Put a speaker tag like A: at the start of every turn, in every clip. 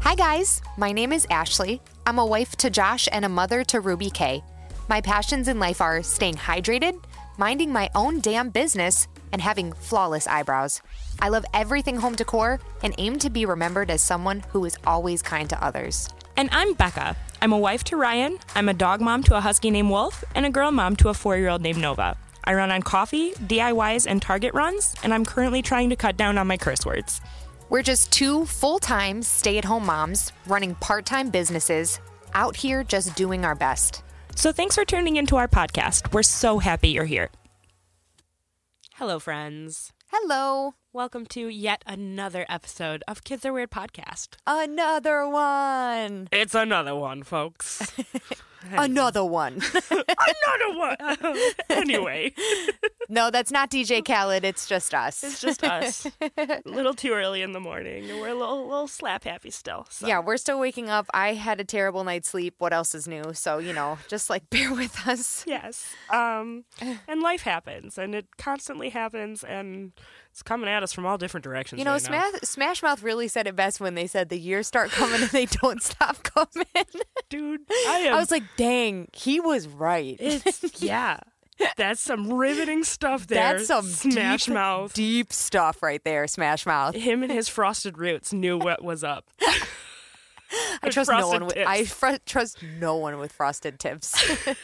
A: Hi, guys. My name is Ashley. I'm a wife to Josh and a mother to Ruby K. My passions in life are staying hydrated, minding my own damn business, and having flawless eyebrows. I love everything home decor and aim to be remembered as someone who is always kind to others.
B: And I'm Becca. I'm a wife to Ryan, I'm a dog mom to a husky named Wolf, and a girl mom to a four year old named Nova. I run on coffee, DIYs, and Target runs, and I'm currently trying to cut down on my curse words.
A: We're just two full time stay at home moms running part time businesses out here just doing our best.
B: So thanks for tuning into our podcast. We're so happy you're here. Hello, friends.
A: Hello,
B: Welcome to yet another episode of Kids Are Weird podcast.
A: another one.
B: It's another one, folks.
A: Another one.
B: another one. anyway,
A: no, that's not DJ Khaled. It's just
B: it's
A: us.
B: just us. A little too early in the morning. We're a little, little slap happy still. So.
A: Yeah, we're still waking up. I had a terrible night's sleep. What else is new? So, you know, just like bear with us.
B: Yes. Um, and life happens, and it constantly happens, and it's coming at us from all different directions.
A: You know,
B: right now.
A: Smash, Smash Mouth really said it best when they said the years start coming and they don't stop coming.
B: dude, I am.
A: I was like, dang, he was right.
B: it's, yeah. That's some riveting stuff there.
A: That's some
B: Smash
A: deep,
B: Mouth.
A: deep stuff right there, Smash Mouth.
B: Him and his frosted roots knew what was up.
A: I trust no one. With,
B: With,
A: I fr- trust no one with frosted tips.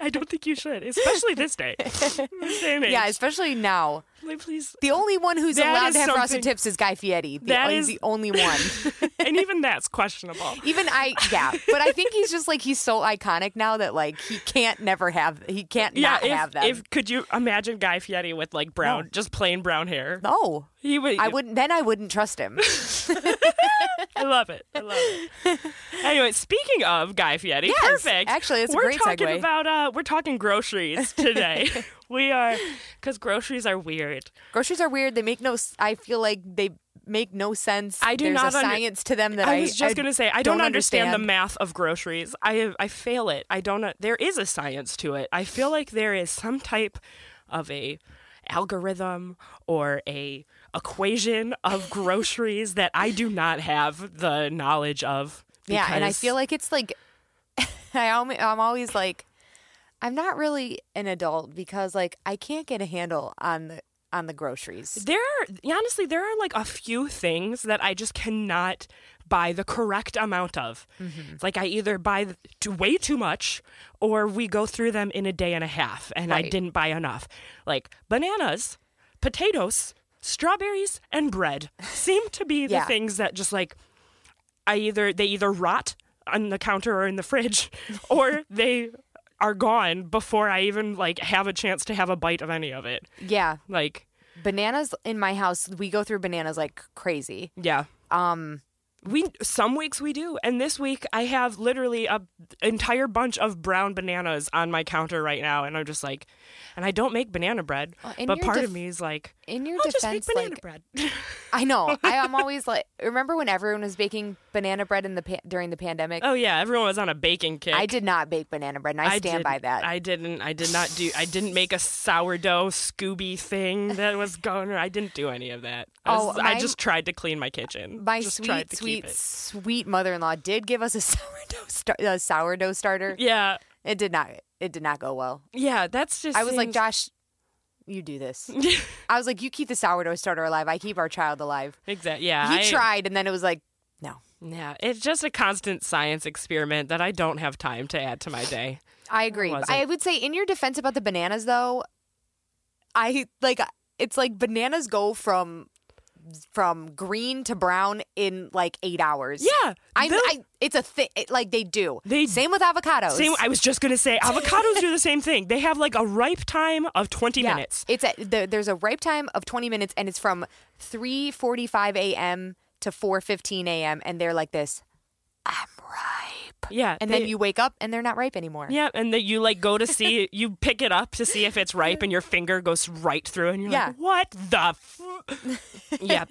B: I don't think you should, especially this day. This day and age.
A: yeah, especially now.
B: Like, please.
A: The only one who's
B: That
A: allowed
B: is
A: to have frosted
B: something-
A: tips is Guy Fieri. The,
B: That
A: he's
B: is-
A: the only one.
B: and even that's questionable.
A: Even I, yeah. But I think he's just like he's so iconic now that like he can't never have. He can't
B: Yeah,
A: not
B: if,
A: have them.
B: if could you imagine Guy Fieri with like brown, just plain brown hair?
A: no,
B: He would.
A: I wouldn't. Then I wouldn't trust him.
B: I love it. I love it. anyway, speaking of Guy Fieri,
A: Yes,
B: perfect.
A: actually, it's a
B: we're
A: great
B: talking
A: segue.
B: about uh, we're talking groceries today. we are because groceries are weird.
A: Groceries are weird. They make no. s- I feel like they make no sense.
B: I do
A: There's
B: not
A: a
B: under-
A: science to them that I,
B: I was just gonna say I don't,
A: don't
B: understand,
A: understand.
B: the math of groceries. I I fail it. I don't. There is a science to it. I feel like there is some type of a algorithm or a equation of groceries that I do not have the knowledge of.
A: Yeah, and I
B: because-
A: feel like it's like I alm- I'm always like I'm not really an adult because like I can't get a handle on the on the groceries.
B: There are honestly there are like a few things that I just cannot buy the correct amount of.
A: Mm-hmm.
B: It's like I either buy th- too, way too much or we go through them in a day and a half and I
A: Right.
B: didn't buy enough. Like bananas, potatoes, strawberries and bread seem to be the
A: Yeah.
B: things that just like I either they either rot on the counter or in the fridge or they are gone before I even like have a chance to have a bite of any of it.
A: Yeah,
B: Like
A: bananas in my house, we go through bananas like crazy.
B: Yeah. Um we some weeks we do and this week I have literally a entire bunch of brown bananas on my counter right now and I'm just like and I don't make banana bread
A: Well, in
B: but
A: your
B: part
A: def-
B: of me is like
A: In your
B: I'll
A: defense,
B: just make banana
A: like
B: bread.
A: I know, I am always like remember when everyone was baking banana bread in the pa- during the pandemic?
B: oh yeah, everyone was on a baking kick.
A: I did not bake banana bread, and I, stand by
B: didn't-
A: that.
B: I didn't I did not do I didn't make a sourdough Scooby thing that was going I didn't do any of that. I,
A: Oh,
B: was- I
A: my-
B: just tried to clean my kitchen.
A: my
B: just tried
A: sweet,
B: to
A: sweet,
B: keep it.
A: sweet mother-in-law did give us a sourdough star- a sourdough starter.
B: Yeah.
A: It did not. It did not go well.
B: Yeah, that's just
A: I was like,
B: seems-
A: Josh, you do this. I was like, you keep the sourdough starter alive. I keep our child alive.
B: Exactly. Yeah.
A: He
B: I-
A: tried, and then it was like, no.
B: Yeah, it's just a constant science experiment that I don't have time to add to my day.
A: I agree.
B: wasn't.
A: I would say, in your defense about the bananas, though, I like it's like bananas go from from green to brown in like eight hours.
B: Yeah,
A: I,
B: they'll-
A: I it's a thing. It, like they do.
B: They-
A: same with avocados.
B: Same. I was just gonna say avocados do the same thing. They have like a ripe time of twenty
A: yeah,
B: minutes.
A: it's a, the, there's a ripe time of 20 minutes, and it's from 3:45 a.m. to 4:15 a.m. And they're like this. I'm ripe.
B: Yeah,
A: and
B: they-
A: then you wake up and they're not ripe anymore.
B: Yeah, and that you like go to see you pick it up to see if it's ripe, and your finger goes right through, and you're
A: Yeah.
B: like, "What the?" F-? yeah,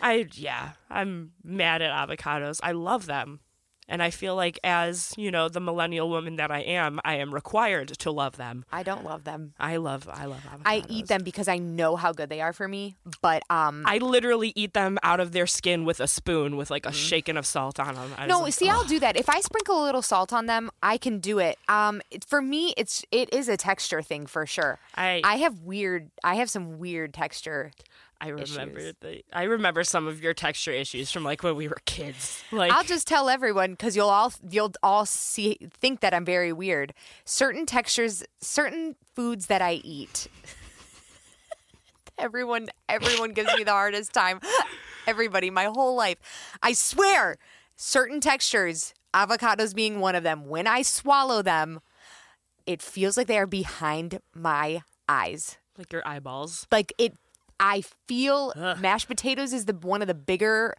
B: I yeah, I'm mad at avocados. I love them, And I feel like as, you know, the millennial woman that I am, I am required to love them.
A: I don't love them.
B: I love I love avocados.
A: I eat them because I know how good they are for me, but um
B: I literally eat them out of their skin with a spoon with like a shaken of salt on them. I
A: Mm-hmm.
B: was
A: no,
B: like,
A: see, I'll do that. If I sprinkle a little salt on them, I can do it. Um, it- for me, it's it is a texture thing for sure.
B: I-
A: I have weird. I have some weird texture.
B: I remember
A: issues.
B: the, I remember some of your texture issues from like when we were kids. Like
A: I'll just tell everyone because you'll all you'll all see think that I'm very weird. Certain textures, certain foods that I eat. everyone, everyone gives me the hardest time. Everybody, my whole life, I swear, certain textures, avocados being one of them. When I swallow them, it feels like they are behind my eyes
B: like your eyeballs.
A: like it i feel mashed potatoes is the one of the bigger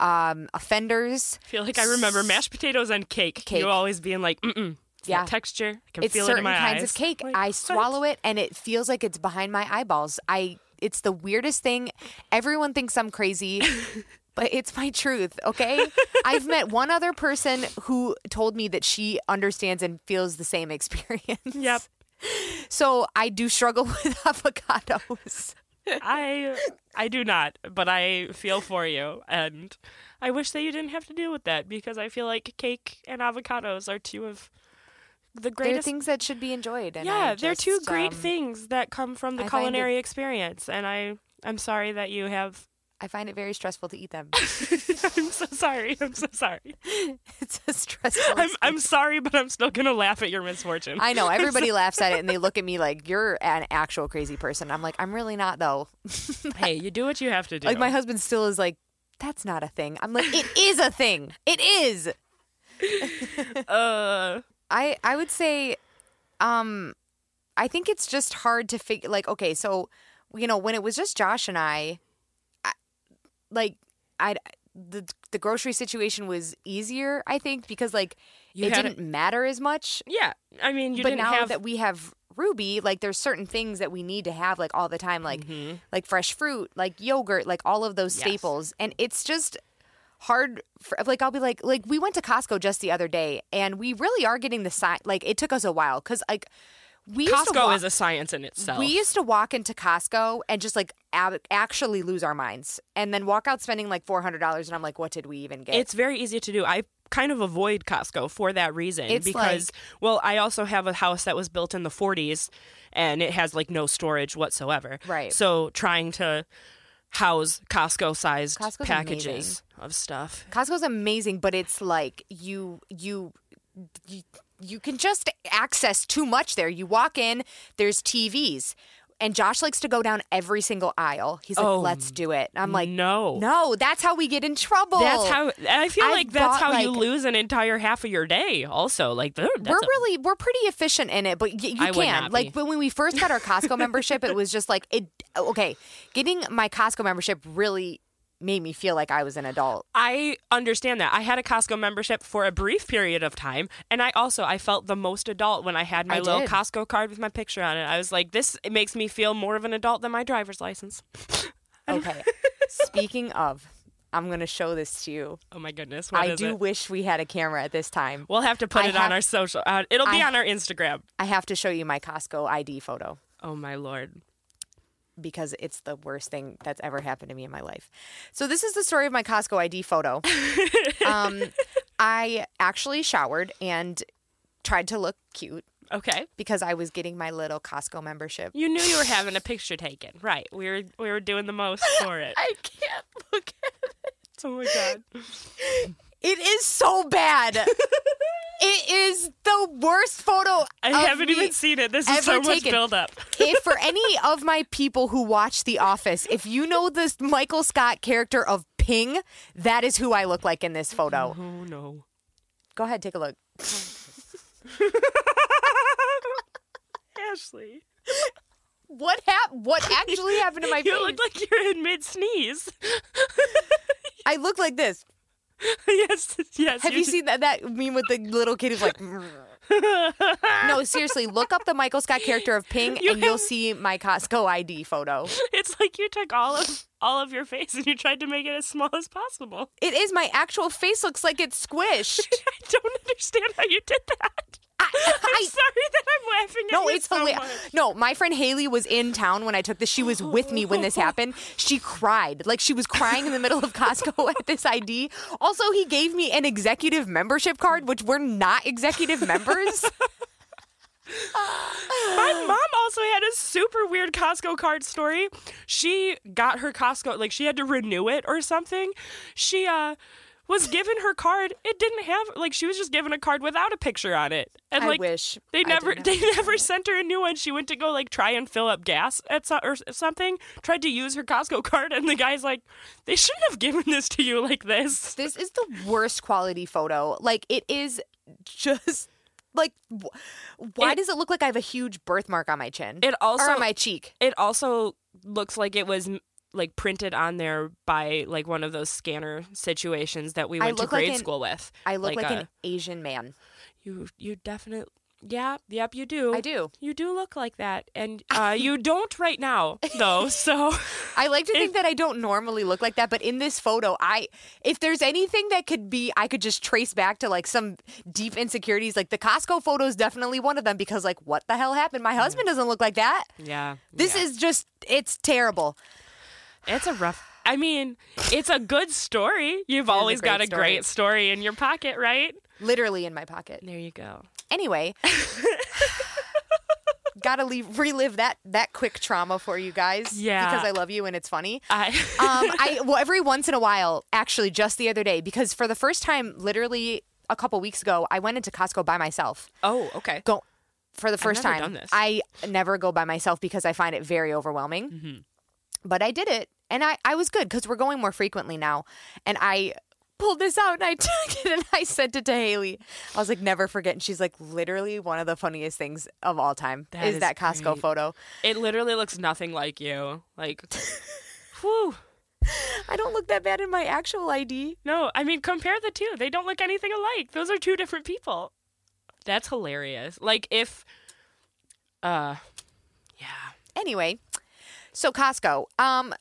A: um offenders
B: I feel like I remember mashed potatoes and cake.
A: Cake.
B: You always being like, mm mm.
A: Yeah.
B: texture. I can
A: it's
B: feel it in
A: certain
B: my
A: kinds
B: eyes.
A: of cake
B: Like,
A: i
B: what?
A: swallow it and it feels like it's behind my eyeballs i it's the weirdest thing everyone thinks i'm crazy but it's my truth okay i've met one other person who told me that she understands and feels the same experience
B: Yep.
A: so i do struggle with avocados
B: I I do not, but I feel for you, and I wish that you didn't have to deal with that because I feel like cake and avocados are two of the
A: they're
B: greatest.
A: things that should be enjoyed and I
B: yeah, they're two
A: just,
B: great
A: um,
B: things that come from the
A: I find it-
B: culinary experience, and I I'm sorry that you have.
A: i find it very stressful to eat them
B: I'm so sorry. I'm so sorry.
A: It's a stressful.
B: I'm
A: experience.
B: I'm sorry, but I'm still gonna laugh at your misfortune.
A: I know everybody laughs at it and they look at me like you're an actual crazy person. I'm like, I'm really not though.
B: hey, you do what you have to do.
A: Like my husband still is like, that's not a thing. I'm like, it is a thing. It is.
B: uh,
A: I I would say, um, I think it's just hard to figure. Like, okay, so you know when it was just Josh and I, I like I the the grocery situation was easier. I think because like
B: You
A: it
B: had
A: didn't matter as much.
B: yeah. I mean, you
A: but
B: didn't
A: now
B: have
A: that we have Ruby, like there's certain things that we need to have like all the time, like like fresh fruit, like yogurt, like all of those
B: Mm-hmm. Yes.
A: staples, and it's just hard. For, like I'll be like like we went to Costco just the other day, and we really are getting the sign. Like it took us a while because like we used to
B: Costco
A: wa-
B: is a science in itself.
A: we used to walk into Costco and just like ab- actually lose our minds, and then walk out spending like four hundred dollars, and I'm like, what did we even get?
B: It's very easy to do. I kind of avoid Costco for that reason
A: It's
B: because well, I also have a house that was built in the 40s and it has like no storage whatsoever.
A: Right.
B: So trying to house Costco sized
A: Costco's
B: packages
A: amazing.
B: of stuff.
A: Costco's amazing, but it's like you you you, you can just access too much there. You walk in, there's TVs. And Josh likes to go down every single aisle. He's like,
B: Oh,
A: "Let's do it." I'm like,
B: no.
A: no, that's how we get in trouble.
B: That's how and I feel
A: I've
B: like that's
A: bought,
B: how you
A: like-
B: lose an entire half of your day also. Like th- that's
A: we're
B: a-
A: really we're pretty efficient in it, but y- you
B: I would
A: can
B: not
A: like
B: be.
A: but when we first got our Costco membership, it was just like it. Okay, getting my Costco membership really made me feel like I was an adult.
B: I understand that. I had a Costco membership for a brief period of time, and I also I felt the most adult when I had my
A: I
B: little
A: did.
B: Costco card with my picture on it. I was like, this it makes me feel more of an adult than my driver's license.
A: Okay, speaking of, I'm gonna show this to you.
B: Oh my goodness, what
A: I
B: is
A: do
B: it?
A: wish we had a camera at this time.
B: We'll have to put
A: I
B: it
A: have-
B: on our social. Uh, it'll be
A: I-
B: on our Instagram.
A: I have to show you my Costco ID photo
B: Oh my lord.
A: because it's the worst thing that's ever happened to me in my life. So this is the story of my Costco ID photo. um, I actually showered and tried to look cute
B: Okay,
A: because I was getting my little Costco membership.
B: you knew you were having a picture taken, right? We were we were doing the most for it.
A: I can't look at
B: oh my god.
A: it. It is so bad. it is the worst photo
B: I
A: of
B: haven't
A: me
B: even seen it. This is
A: ever
B: so much
A: taken.
B: build up.
A: if for any of my people who watch The Office, if you know this Michael Scott character of Ping, that is who I look like in this photo.
B: Oh no.
A: Go ahead, take a look.
B: Ashley.
A: What hap- What actually happened to my face?
B: You look like you're in mid sneeze.
A: I look like this.
B: yes, yes.
A: Have you, seen that that meme with the little kid who's like? no, seriously, look up the Michael Scott character of Ping,
B: You
A: and you'll
B: have-
A: see my Costco ID photo.
B: It's like you took all of all of your face and you tried to make it as small as possible.
A: It is my actual face. Looks like it's squished.
B: I don't understand how you did that.
A: I,
B: I'm
A: I,
B: sorry that I'm laughing at
A: no,
B: you
A: it's
B: so
A: hilarious.
B: much.
A: No, my friend Haley was in town when I took this. She was with me when this happened. She cried. Like she was crying in the middle of Costco at this ID. Also, he gave me an executive membership card, which we're not executive members.
B: My mom also had a super weird Costco card story. She got her Costco like she had to renew it or something. She uh was given her card. It didn't have like she was just given a card without a picture on it. And
A: I
B: like
A: wish I
B: they
A: didn't
B: never
A: have
B: they never sent her a new one. She went to go like try and fill up gas at so- or something. Tried to use her Costco card and the guy's like, "They shouldn't have given this to you like this."
A: This is the worst quality photo. Like it is just like wh- why
B: It-
A: does it look like I have a huge birthmark on my chin?
B: It also
A: or on my cheek.
B: it also looks like it was m- like printed on there by like one of those scanner situations that we
A: I
B: went to
A: look like
B: grade
A: an-
B: school with.
A: I look like,
B: a,
A: an Asian man.
B: you you definitely yeah yep you do
A: I do.
B: you do look like that and uh, you don't right now though so
A: I like to think that I don't normally look like that, but in this photo, I if there's anything that could be I could just trace back to like some deep insecurities, like the Costco photo is definitely one of them because like what the hell happened? My husband doesn't look like that.
B: yeah
A: This
B: Mm. yeah.
A: is just it's terrible.
B: it's a rough. I mean, it's a good story. You've always
A: great
B: got a
A: story.
B: great story in your pocket, right?
A: Literally in my pocket.
B: There you go.
A: Anyway, gotta leave, relive that that quick trauma for you guys.
B: Yeah.
A: because I love you and it's funny.
B: I
A: Um, I well every once in a while, actually, just the other day, because for the first time, literally a couple weeks ago, I went into Costco by myself.
B: oh okay.
A: Go for the 1st
B: never
A: time.
B: done this.
A: I never go by myself because I find it very overwhelming.
B: Mm-hmm.
A: But I did it, and I I was good because we're going more frequently now, and I. Pulled this out and I took it and I sent it to Haley. I was like, never forget. And she's like, literally one of the funniest things of all time
B: That
A: is
B: is
A: that Costco
B: great.
A: photo.
B: It literally looks nothing like you. Like, whew.
A: I don't look that bad in my actual ID.
B: No, I mean compare the two. They don't look anything alike. Those are two different people. That's hilarious. Like if uh yeah.
A: Anyway, so Costco. Um,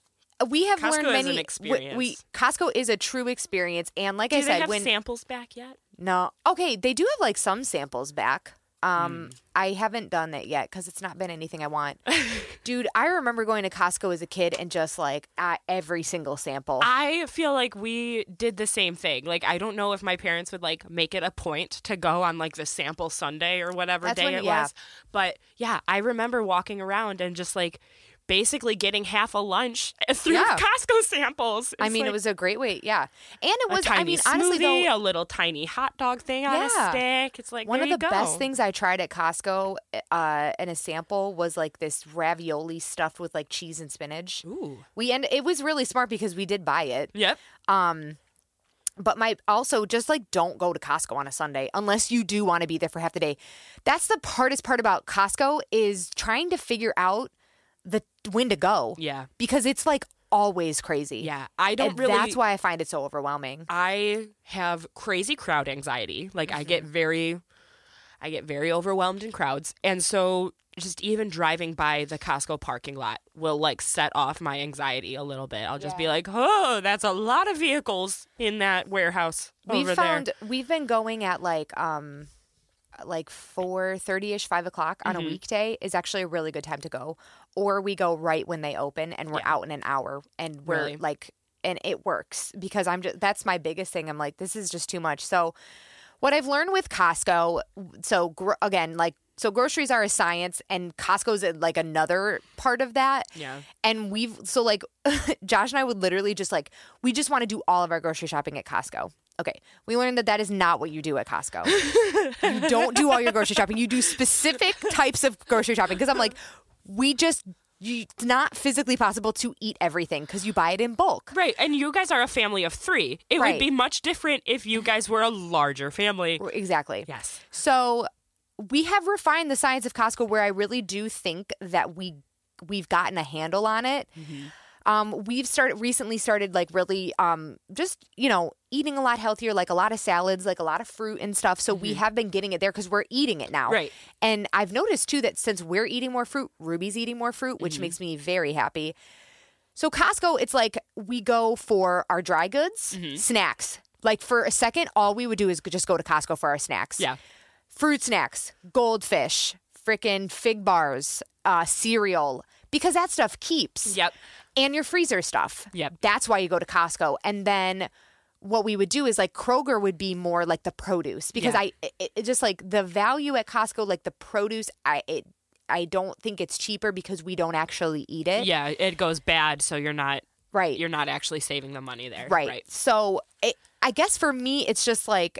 A: we have
B: Costco
A: learned
B: is an
A: many. we-
B: experience.
A: We, Costco is a true experience, and like I
B: Do
A: said,
B: they have
A: when
B: samples back yet?
A: no, okay, they do have like some samples back.
B: Hmm.
A: Um, I haven't done that yet because it's not been anything I want. Dude, I remember going to Costco as a kid and just like uh, every single sample.
B: I feel like we did the same thing. Like I don't know if my parents would like make it a point to go on like the sample Sunday or whatever
A: That's
B: day
A: when-
B: it
A: yeah.
B: was. But yeah, I remember walking around and just like basically getting half a lunch through
A: Yeah.
B: Costco samples.
A: I
B: It's
A: mean,
B: like-
A: it was a great way. Yeah, and it
B: a
A: was.
B: tiny
A: I mean,
B: smoothie,
A: honestly though,
B: a little tiny hot dog thing on
A: Yeah.
B: a stick. It's like
A: One
B: there
A: of
B: you
A: the best
B: go.
A: things I tried at Costco uh, in a sample was like this ravioli stuffed with like cheese and spinach.
B: Ooh.
A: We and it was really smart because we did buy it.
B: Yep.
A: But my also just like don't go to Costco on a Sunday unless you do want to be there for half the day. That's the hardest part about Costco is trying to figure out the when to go.
B: Yeah.
A: Because it's like always crazy.
B: Yeah. I don't
A: And
B: really.
A: that's why I find it so overwhelming.
B: I have crazy crowd anxiety. Like I
A: Mm-hmm.
B: get very, I get very overwhelmed in crowds, and so just even driving by the Costco parking lot will like set off my anxiety a little bit. I'll just be like, oh, that's a lot of vehicles in that warehouse
A: We've
B: over
A: found
B: there.
A: we've been going at like um like four thirty ish, five o'clock on
B: Mm-hmm.
A: a weekday is actually a really good time to go. Or we go right when they open and we're out in an hour and we're
B: Really.
A: like and it works because I'm just that's my biggest thing. I'm like, this is just too much. So what I've learned with Costco, so gro- again, like so groceries are a science and Costco's uh, like another part of that.
B: Yeah.
A: And we've so like Josh and I would literally just like we just want to do all of our grocery shopping at Costco. Okay, we learned that that is not what you do at Costco. you don't do all your grocery shopping. You do specific types of grocery shopping because I'm like, we just you, it's not physically possible to eat everything because you buy it in bulk.
B: Right, and you guys are a family of three. It
A: Right.
B: would be much different if you guys were a larger family.
A: Exactly.
B: Yes.
A: So we have refined the
B: Mm-hmm.
A: science of Costco where I really do think that we we've gotten a handle on it. Um, we've started recently started like really um, just you know eating a lot healthier, like a lot of salads, like a lot of fruit and stuff. So we have been getting it there because we're eating it now.
B: Mm-hmm. Right.
A: And I've noticed too that since we're eating more fruit, Ruby's eating more fruit,
B: Mm-hmm.
A: which makes me very happy. So Costco, it's like we go for our dry goods,
B: Mm-hmm.
A: snacks. Like for a second, all we would do is just go to Costco for our snacks.
B: Yeah.
A: Fruit snacks, goldfish, freaking fig bars, uh, cereal, because that stuff keeps.
B: Yep.
A: And your freezer stuff.
B: Yep.
A: That's why you go to Costco. And then what we would do is like Kroger would be more like the produce because
B: Yeah.
A: I it, it just like the value at Costco, like the produce, I it I don't think it's cheaper because we don't actually eat it.
B: Yeah, it goes bad, so you're not
A: Right.
B: you're not actually saving the money there.
A: Right. So it, I guess for me, it's just like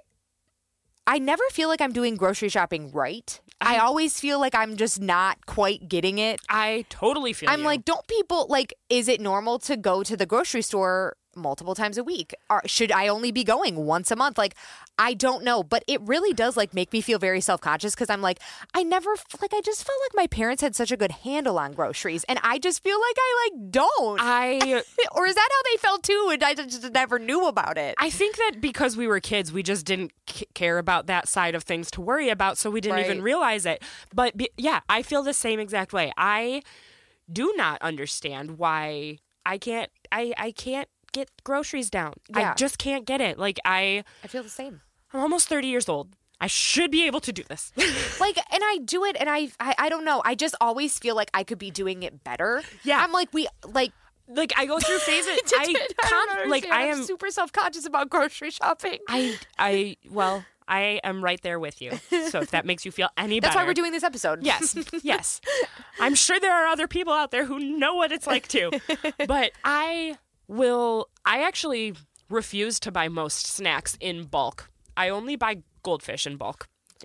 A: I never feel like I'm doing grocery shopping right. I
B: Uh-huh.
A: always feel like I'm just not quite getting it.
B: I totally feel
A: I'm
B: you.
A: like, don't people like? Is it normal to go to the grocery store multiple times a week? Or should I only be going once a month? Like, I don't know, but it really does like make me feel very self conscious because I'm like, I never f- like I just felt like my parents had such a good handle on groceries, and I just feel like I like don't.
B: I
A: or is that how they felt too? And I just never knew about it.
B: I think that because we were kids, we just didn't c- care about that side of things to worry about, so we didn't even
A: Right.
B: realize it. But be- yeah, I feel the same exact way. I do not understand why I can't I I can't get groceries down.
A: Yeah.
B: I just can't get it. Like I
A: I feel the same.
B: I'm almost 30 years old. I should be able to do this.
A: Like, and I do it, and I, I, I don't know. I just always feel like I could be doing it better.
B: Yeah.
A: I'm like we like.
B: like I go through phases.
A: I,
B: I,
A: don't
B: con- like
A: understand.
B: I
A: I'm
B: am
A: super self conscious about grocery shopping.
B: I I well, I am right there with you. So if that makes you feel any better.
A: That's why we're doing this episode.
B: Yes, yes. I'm sure there are other people out there who know what it's like too. But I will, I actually refuse to buy most snacks in bulk. I only buy goldfish in bulk,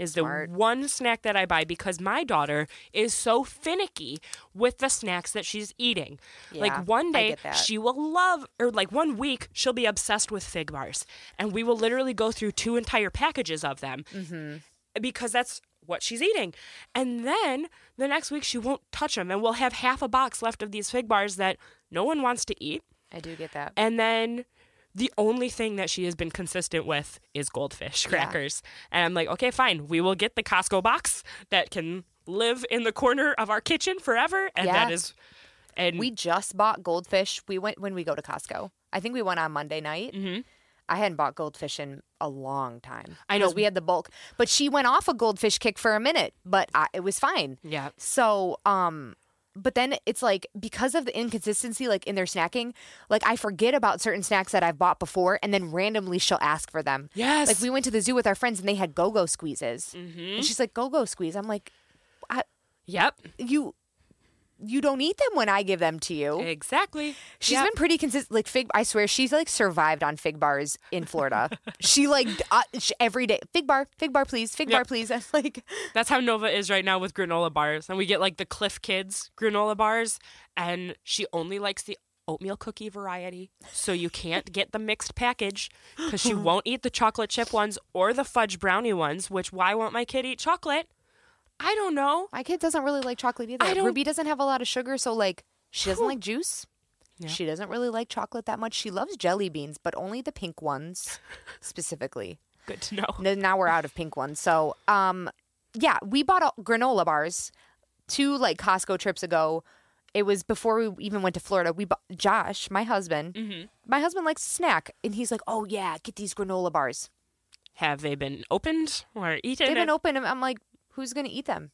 B: is
A: Smart.
B: the one snack that I buy because my daughter is so finicky with the snacks that she's eating.
A: Yeah,
B: like one
A: I
B: day
A: get that.
B: she will love, or like one week she'll be obsessed with fig bars. And we will literally go through two entire packages of them
A: Mm-hmm.
B: because that's what she's eating. And then the next week she won't touch them and we'll have half a box left of these fig bars that no one wants to eat.
A: I do get that.
B: And then the only thing that she has been consistent with is goldfish crackers. And I'm like, okay, fine. We will get the Costco box that can live in the corner of our kitchen forever. And that
A: Yeah.
B: is, and
A: We just bought goldfish. We went when we go to Costco. I think we went on Monday night. Mm-hmm. I hadn't bought goldfish in a long time.
B: I know.
A: 'Cause we had the bulk, but she went off a goldfish kick for a minute, but I, it was fine.
B: yeah.
A: So, um, but then it's like because of the inconsistency, like in their snacking, like I forget about certain snacks that I've bought before, and then randomly she'll ask for them.
B: Yes.
A: Like we went to the zoo with our friends, and they had go-go squeezes, and she's like, "Go-go squeeze." I'm like, I,
B: Yep.
A: "You, you don't eat them when I give them to
B: Eh,
A: you."
B: Exactly.
A: She's
B: Yep.
A: been pretty consistent. Like fig, I swear, she's like survived on fig bars in Florida. she like uh, sh every day, fig bar, fig bar, please, fig bar, please. I'm like,
B: That's how Nova is right now with granola bars. And we get like the Cliff Kids granola bars, and she only likes the oatmeal cookie variety. So you can't get the mixed package because she won't eat the chocolate chip ones or the fudge brownie ones, which why won't my kid eat chocolate? I don't know.
A: My kid doesn't really like chocolate either.
B: I don't-
A: Ruby doesn't have a lot of sugar, so like she doesn't like juice.
B: Yeah.
A: She doesn't really like chocolate that much. She loves jelly beans, but only the pink ones specifically.
B: Good to know.
A: N- Now we're out of pink ones. So, um yeah, we bought all- granola bars two like Costco trips ago. It was before we even went to Florida. We bought Josh, my husband.
B: Mm-hmm.
A: My husband likes to snack and he's like, "Oh yeah, get these granola bars."
B: Have they been opened or eaten? Mm-hmm.
A: They've been open and I'm like, "Who's going to eat them?"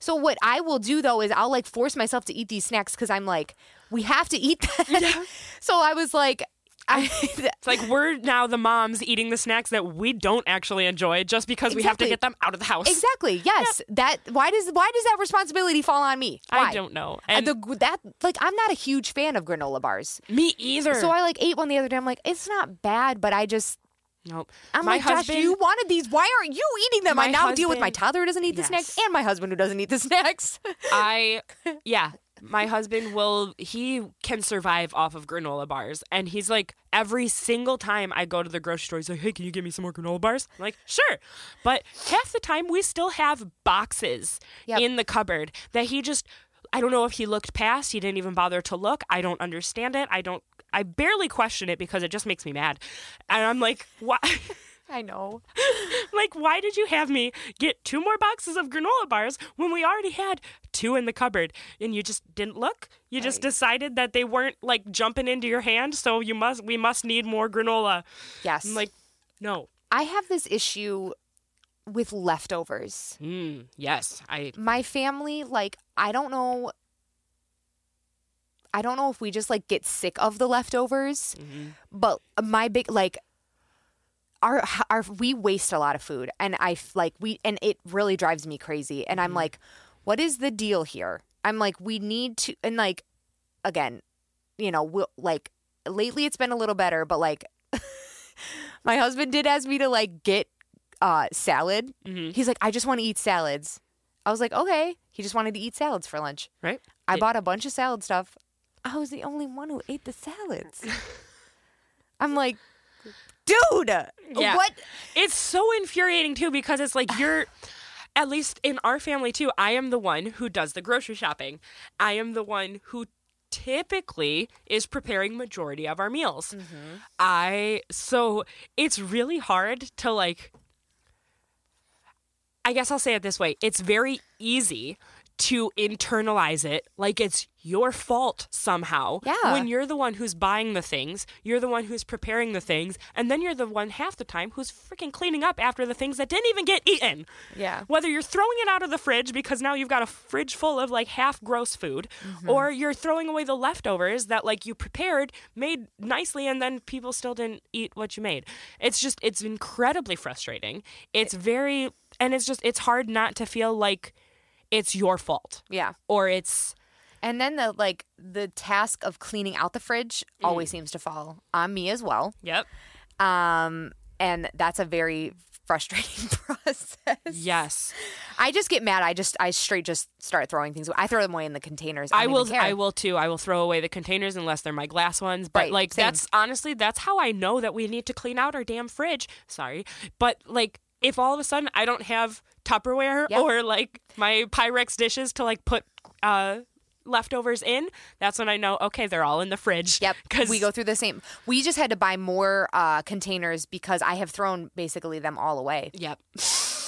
A: So what I will do though is I'll like force myself to eat these snacks because I'm like, we have to eat that. so I was like, I,
B: It's like we're now the moms eating the snacks that we don't actually enjoy just because we have to
A: Exactly.
B: get them out of the house.
A: exactly yes. That why does why does that responsibility fall on me? Why?
B: I don't know.
A: And
B: And
A: the, that like I'm not a huge fan of granola bars.
B: me either.
A: So I like ate one the other day. I'm like, it's not bad, but I just
B: nope.
A: I'm
B: my
A: like,
B: husband,
A: Josh, you wanted these. Why aren't you eating them? I
B: My
A: now deal with my
B: husband-
A: toddler who doesn't eat the snacks
B: Yes.
A: and my husband who doesn't eat the snacks.
B: I yeah, my husband will he can survive off of granola bars and he's like every single time I go to the grocery store he's like, "Hey, can you give me some more granola bars?" I'm like, "Sure." But half the time we still have boxes
A: Yep.
B: in the cupboard that he just I don't know if he looked past. He didn't even bother to look. I don't understand it. I don't. I barely question it because it just makes me mad. And I'm like, why?
A: I know.
B: like, why did you have me get two more boxes of granola bars when we already had two in the cupboard? And you just didn't look. You just
A: Right.
B: decided that they weren't like jumping into your hand, so you must. We must need more granola.
A: Yes.
B: I'm like, no.
A: I have this issue with leftovers.
B: Mm, yes, I.
A: my family like i don't know i don't know if we just like get sick of the leftovers
B: mm-hmm,
A: but my big like our our we waste a lot of food and i f- like we and it really drives me crazy and i'm like what is the deal here i'm like we need to and like again you know we'll, like lately it's been a little better but like my husband did ask me to like get uh salad
B: Mhm.
A: he's like i just want to eat salads i was like okay he just wanted to eat salads for lunch
B: Right.
A: i
B: Yeah.
A: bought a bunch of salad stuff i was the only one who ate the salads i'm like dude
B: Yeah.
A: what
B: It's so infuriating too because it's like you're at least in our family too, I am the one who does the grocery shopping. I am the one who typically is preparing majority of our meals. I so it's really hard to like I guess I'll say it this way. It's very easy to internalize it like it's your fault somehow.
A: Yeah.
B: When you're the one who's buying the things, you're the one who's preparing the things, and then you're the one half the time who's freaking cleaning up after the things that didn't even get eaten.
A: Yeah.
B: Whether you're throwing it out of the fridge because now you've got a fridge full of like half gross food, or you're throwing away the leftovers that like you prepared, made nicely, and then people still didn't eat what you made. It's just, it's incredibly frustrating. It's very, and it's just, it's hard not to feel like it's your fault
A: yeah
B: or it's,
A: and then the like the task of cleaning out the fridge
B: Mm.
A: always seems to fall on me as well
B: yep.
A: um and that's a very frustrating process
B: Yes.
A: I just get mad. I just I straight just start throwing things. away. I throw them away in the containers. I,
B: I
A: don't
B: will.
A: even care.
B: I will too. I will throw away the containers unless they're my glass ones. But
A: Right,
B: like
A: same.
B: that's honestly that's how I know that we need to clean out our damn fridge. Sorry, but like if all of a sudden I don't have Tupperware
A: Yeah.
B: or like my Pyrex dishes to like put uh, leftovers in, that's when I know okay they're all in the fridge.
A: Yep.
B: Because
A: we go through the same. We just had to buy more uh, containers because I have thrown basically them all away.
B: Yep.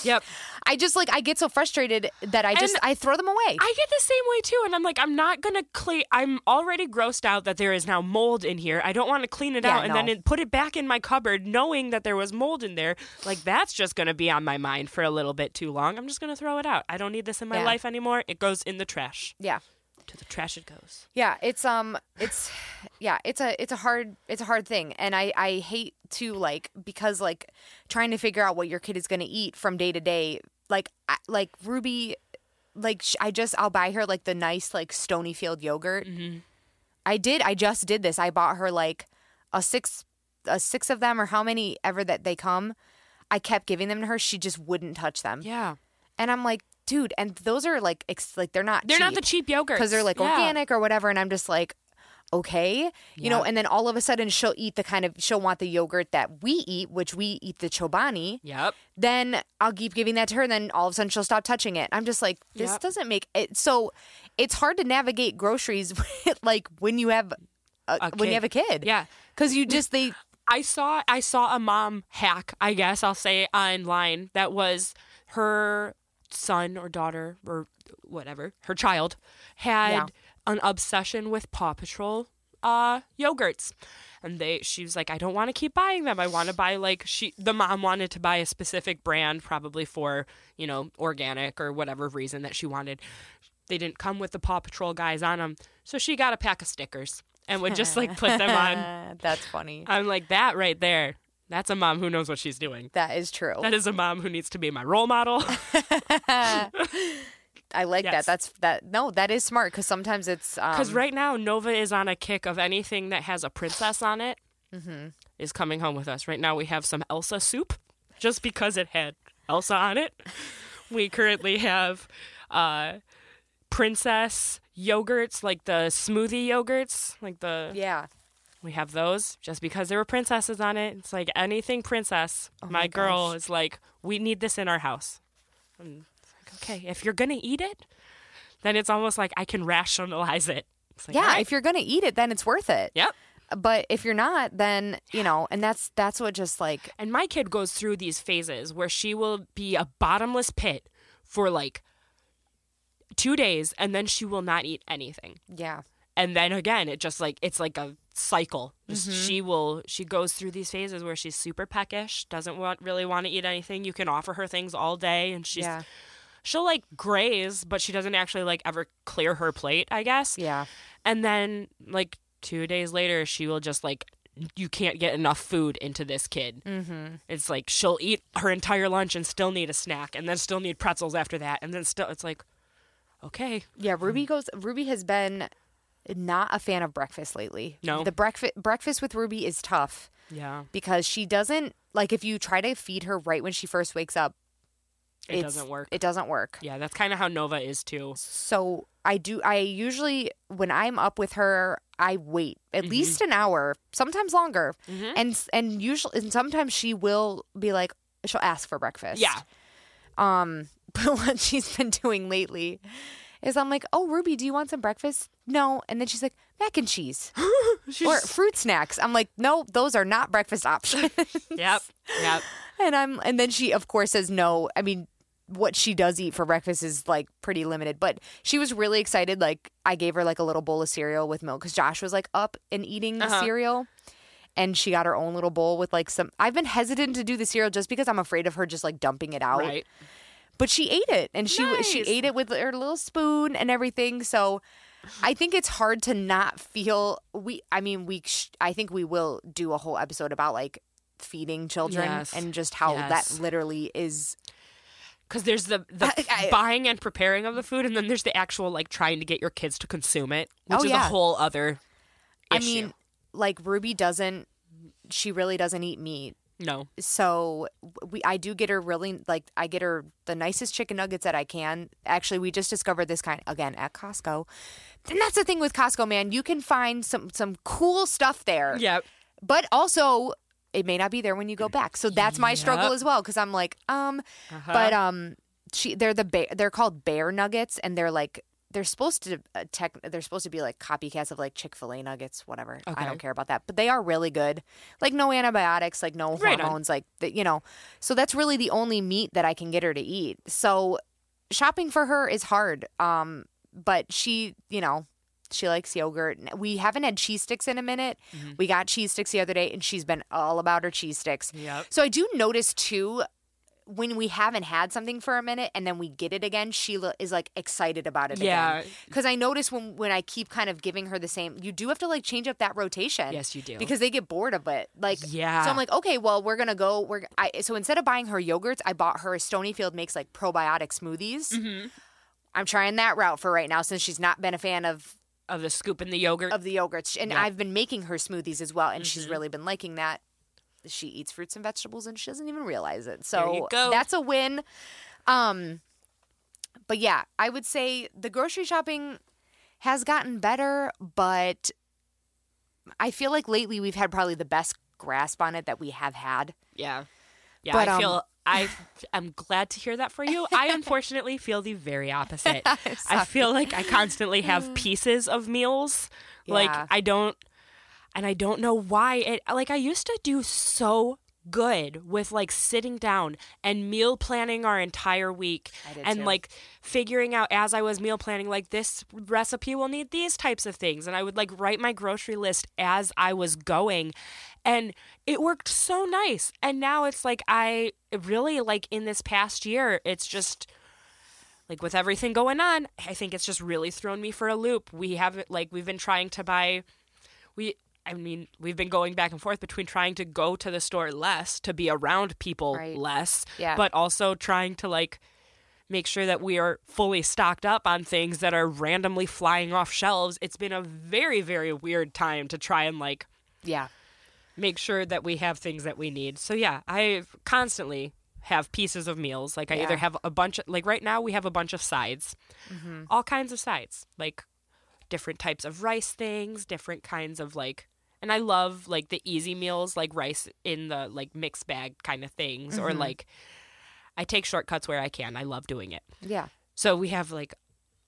B: Yep.
A: I just like I get so frustrated that I just
B: And-
A: I throw them away.
B: I get the same way too, and I'm like, I'm not gonna clean. I'm already grossed out that there is now mold in here. I don't want to clean it
A: Yeah,
B: out and
A: no.
B: then it, put it back in my cupboard, knowing that there was mold in there. Like that's just gonna be on my mind for a little bit too long. I'm just gonna throw it out. I don't need this in my
A: Yeah.
B: life anymore. It goes in the trash.
A: yeah.
B: To the trash it goes.
A: Yeah, it's um it's yeah, it's a it's a hard it's a hard thing and I I hate to like because like trying to figure out what your kid is going to eat from day to day like I, like Ruby like sh- I just I'll buy her like the nice like Stonyfield yogurt.
B: Mm-hmm.
A: I did I just did this. I bought her like a six a six of them or how many ever that they come. I kept giving them to her. She just wouldn't touch them.
B: Yeah,
A: And I'm like, dude, and those are like ex- like they're not
B: they're not
A: cheap
B: the cheap yogurts
A: because they're like
B: Yeah.
A: organic or whatever and i'm just like okay you know and then all of a sudden she'll eat the kind of she'll want the yogurt that we eat which we eat the chobani
B: Yep.
A: then i'll keep giving that to her and then all of a sudden she'll stop touching it i'm just like this
B: Yep.
A: doesn't make it so it's hard to navigate groceries like when you have a,
B: A
A: when you
B: kid.
A: have a kid
B: Yeah.
A: because you just they
B: I saw I saw a mom hack, I guess I'll say online that was her son or daughter or whatever, her child had
A: Yeah.
B: an obsession with Paw Patrol uh yogurts. And they she was like, I don't want to keep buying them. I want to buy like she the mom wanted to buy a specific brand probably for, you know, organic or whatever reason that she wanted. They didn't come with the Paw Patrol guys on them. So she got a pack of stickers and would just like put them on
A: that's funny
B: I'm like that right there. That's a mom who knows what she's doing.
A: that is true
B: That is a mom who needs to be my role model.
A: i like that
B: Yes.
A: that's that no that is smart because sometimes it's um,
B: Because right now Nova is on a kick of anything that has a princess on it is coming home with us. Right now we have some Elsa soup, just because it had Elsa on it. We currently have uh, princess yogurts, like the smoothie yogurts, like the
A: yeah
B: we have those just because there were princesses on it. It's like anything princess. my girl is like, we need this in our house. And it's like, okay, if you're gonna eat it, then it's almost like I can rationalize it. It's like,
A: yeah,
B: all right.
A: if you're gonna eat it, then it's worth it.
B: Yep.
A: But if you're not, then you know, and that's that's what just like
B: And my kid goes through these phases where she will be a bottomless pit for like two days and then she will not eat anything.
A: yeah.
B: And then again, it just like it's like a cycle. Just
A: Mm-hmm.
B: She will she goes through these phases where she's super peckish, doesn't want really want to eat anything. You can offer her things all day and she's
A: Yeah.
B: she'll like graze, but she doesn't actually like ever clear her plate, I guess.
A: Yeah.
B: And then like two days later, she will just like, you can't get enough food into this kid. Mm-hmm. It's like she'll eat her entire lunch and still need a snack, and then still need pretzels after that, and then still it's like, okay,
A: Yeah, Ruby
B: Hmm.
A: goes Ruby has been not a fan of breakfast lately.
B: No.
A: The breakfast breakfast with Ruby is tough
B: yeah,
A: because she doesn't like if you try to feed her right when she first wakes up,
B: it
A: it's-
B: doesn't work.
A: It doesn't work.
B: yeah, that's kind of how Nova is too.
A: So I do I usually when I'm up with her, I wait at
B: Mm-hmm.
A: least an hour, sometimes longer. And s- and usually and sometimes she will be like she'll ask for breakfast.
B: Yeah,
A: Um, but what she's been doing lately is I'm like, oh, Ruby, do you want some breakfast? No. And then she's like, mac and cheese
B: She's
A: or
B: just-
A: fruit snacks. I'm like, no, those are not breakfast options.
B: yep, yep.
A: and I'm, and then she, of course, says no. I mean, what she does eat for breakfast is like pretty limited, but she was really excited. Like, I gave her like a little bowl of cereal with milk because Josh was like up and eating the
B: Uh-huh.
A: cereal. And she got her own little bowl with like some. I've been hesitant to do the cereal just because I'm afraid of her just like dumping it out
B: Right.
A: but she ate it and she she
B: Nice.
A: ate it with her little spoon and everything so i think it's hard to not feel we i mean we sh- i think we will do a whole episode about like feeding children
B: Yes.
A: and just how
B: Yes.
A: that literally is
B: Because there's the, the
A: I-
B: buying and preparing of the food, and then there's the actual like trying to get your kids to consume it, which
A: Oh,
B: is
A: yeah.
B: a whole other.
A: i
B: issue.
A: mean like ruby doesn't she really doesn't eat meat
B: no,
A: so we I do get her really like I get her the nicest chicken nuggets that I can. Actually, we just discovered this kind again at Costco. And that's the thing with Costco, man. You can find some some cool stuff there.
B: yep.
A: But also it may not be there when you go back. So that's my struggle
B: Yep.
A: as well cuz I'm like, um
B: Uh-huh.
A: but um she they're the bear, they're called bear nuggets and they're like they're supposed to uh, tech, they're supposed to be like copycats of like Chick-fil-A nuggets, whatever. I
B: Okay.
A: don't care about that. But they are really good. Like no antibiotics, like no
B: Right on.
A: hormones, like the, you know. So that's really the only meat that I can get her to eat. So shopping for her is hard. Um but she, you know, she likes yogurt. We haven't had cheese sticks in a minute.
B: Mm-hmm.
A: We got cheese sticks the other day and she's been all about her cheese sticks.
B: Yep.
A: So I do notice too when we haven't had something for a minute and then we get it again, Sheila is like excited about it
B: Yeah.
A: Because I notice when when I keep kind of giving her the same, you do have to like change up that rotation.
B: Yes, you do.
A: Because they get bored of it. Like
B: Yeah.
A: So I'm like, okay, well we're gonna go. We're I, so instead of buying her yogurts, I bought her Stonyfield makes like probiotic smoothies.
B: Mm-hmm.
A: I'm trying that route for right now since she's not been a fan of
B: Of the scoop and the yogurt.
A: of the yogurts and
B: Yeah. Mm-hmm.
A: i've been making her smoothies as well and she's really been liking that she eats fruits and vegetables and she doesn't even realize it so
B: you go.
A: that's a win um but yeah i would say the grocery shopping has gotten better but i feel like lately we've had probably the best grasp on it that we have had
B: Yeah. Yeah,
A: But,
B: I
A: um,
B: feel I am glad to hear that for you. I unfortunately feel the very opposite. I feel like I constantly have pieces of meals.
A: Yeah.
B: Like I don't and I don't know why it like I used to do so good with like sitting down and meal planning our entire week
A: I did
B: and
A: too.
B: like figuring out as I was meal planning like this recipe will need these types of things and I would like write my grocery list as I was going and it worked so nice and now it's like I really like in this past year it's just like with everything going on, I think it's just really thrown me for a loop. We haven't like we've been trying to buy we I mean, we've been going back and forth between trying to go to the store less to be around people
A: Right.
B: less,
A: Yeah.
B: but also trying to like make sure that we are fully stocked up on things that are randomly flying off shelves. It's been a very very weird time to try and like
A: yeah
B: make sure that we have things that we need. So yeah, I constantly have pieces of meals. Like I
A: Yeah.
B: either have a bunch of like right now we have a bunch of sides. All kinds of sides. Like different types of rice things, different kinds of like and I love like the easy meals like rice in the like mixed bag kind of things or like I take shortcuts where I can. I love doing it.
A: yeah
B: So we have like